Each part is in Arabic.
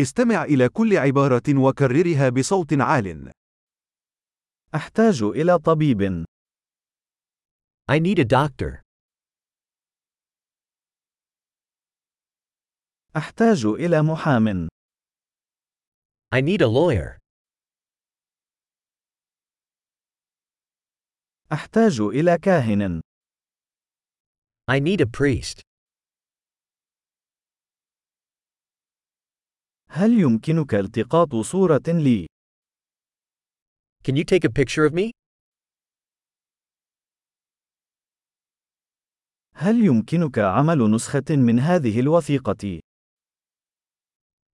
استمع إلى كل عبارة وكررها بصوت عال. أحتاج إلى طبيب. I need a doctor. أحتاج إلى محام. I need a lawyer. أحتاج إلى كاهن. I need a priest. هل يمكنك التقاط صورة لي؟ Can you take a picture of me? هل يمكنك عمل نسخة من هذه الوثيقة؟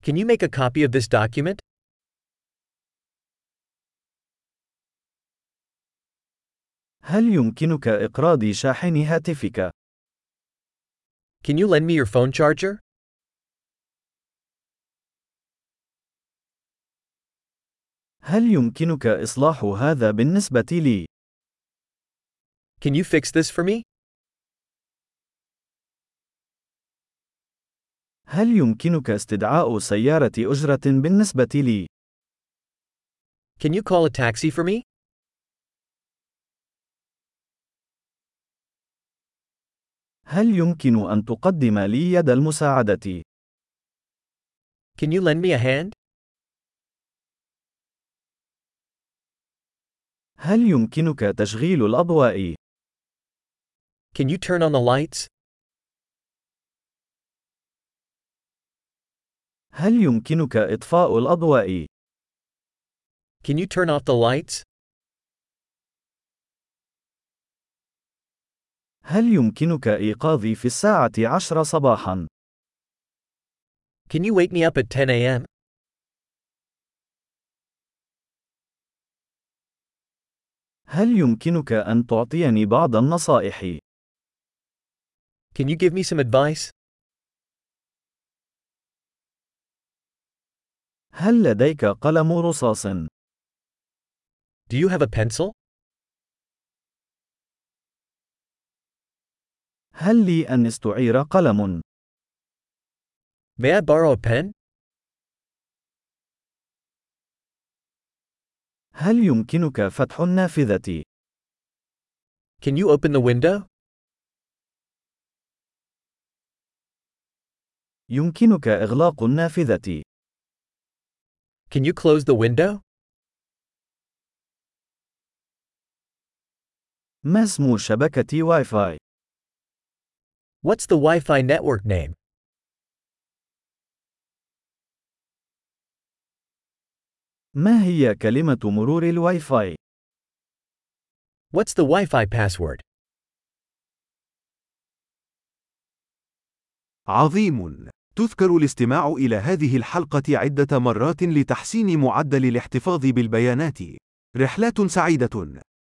Can you make a copy of this document? هل يمكنك إقراض شاحن هاتفك؟ Can you lend me your phone charger? هل يمكنك إصلاح هذا بالنسبة لي؟ Can you fix this for me? هل يمكنك استدعاء سيارة أجرة بالنسبة لي؟ Can you call a taxi for me? هل يمكن أن تقدم لي يد المساعدة؟ Can you lend me a hand? هل يمكنك تشغيل الأضواء؟ Can you turn on the lights? هل يمكنك إطفاء الأضواء؟ Can you turn off the lights? هل يمكنك إيقاظي في الساعة عشر صباحاً؟ Can you wake me up at 10 a.m.? هل يمكنك أن تعطيني بعض النصائح؟ Can you give me some advice? هل لديك قلم رصاص؟ Do you have a pencil? هل لي أن استعير قلم؟ May I borrow a pen? هل يمكنك فتح النافذة؟ Can you open the window? يمكنك إغلاق النافذة. Can you close the window? ما اسم شبكة واي فاي؟ What's the Wi Fi network name? ما هي كلمة مرور الواي فاي؟ What's the Wi Fi password? عظيم! تذكر الاستماع إلى هذه الحلقة عدة مرات لتحسين معدل الاحتفاظ بالبيانات. رحلات سعيدة!